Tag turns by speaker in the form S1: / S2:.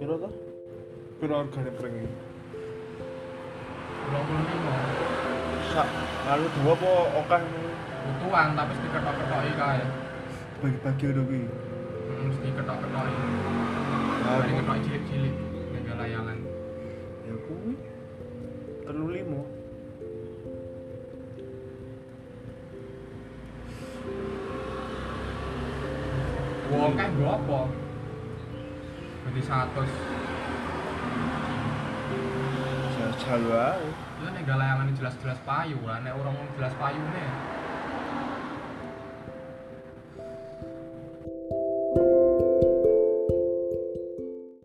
S1: berapa?
S2: Piro prengi?
S3: Belum belum
S2: Sak lalu dua apa okah
S3: Butuhan tapi mesti ketok-ketoki kae.
S2: bagi-bagi udah kuwi.
S3: Hmm, mesti ketok-ketoki.
S2: Nah,
S3: Paling ketok cilik-cilik ning layangan.
S2: ya kuwi. Telu limo.
S3: Wong kan nggo apa? Berarti 100.
S2: Jajal wae.
S3: Itu ning layangan jelas-jelas payu, lah nek orang jelas payune.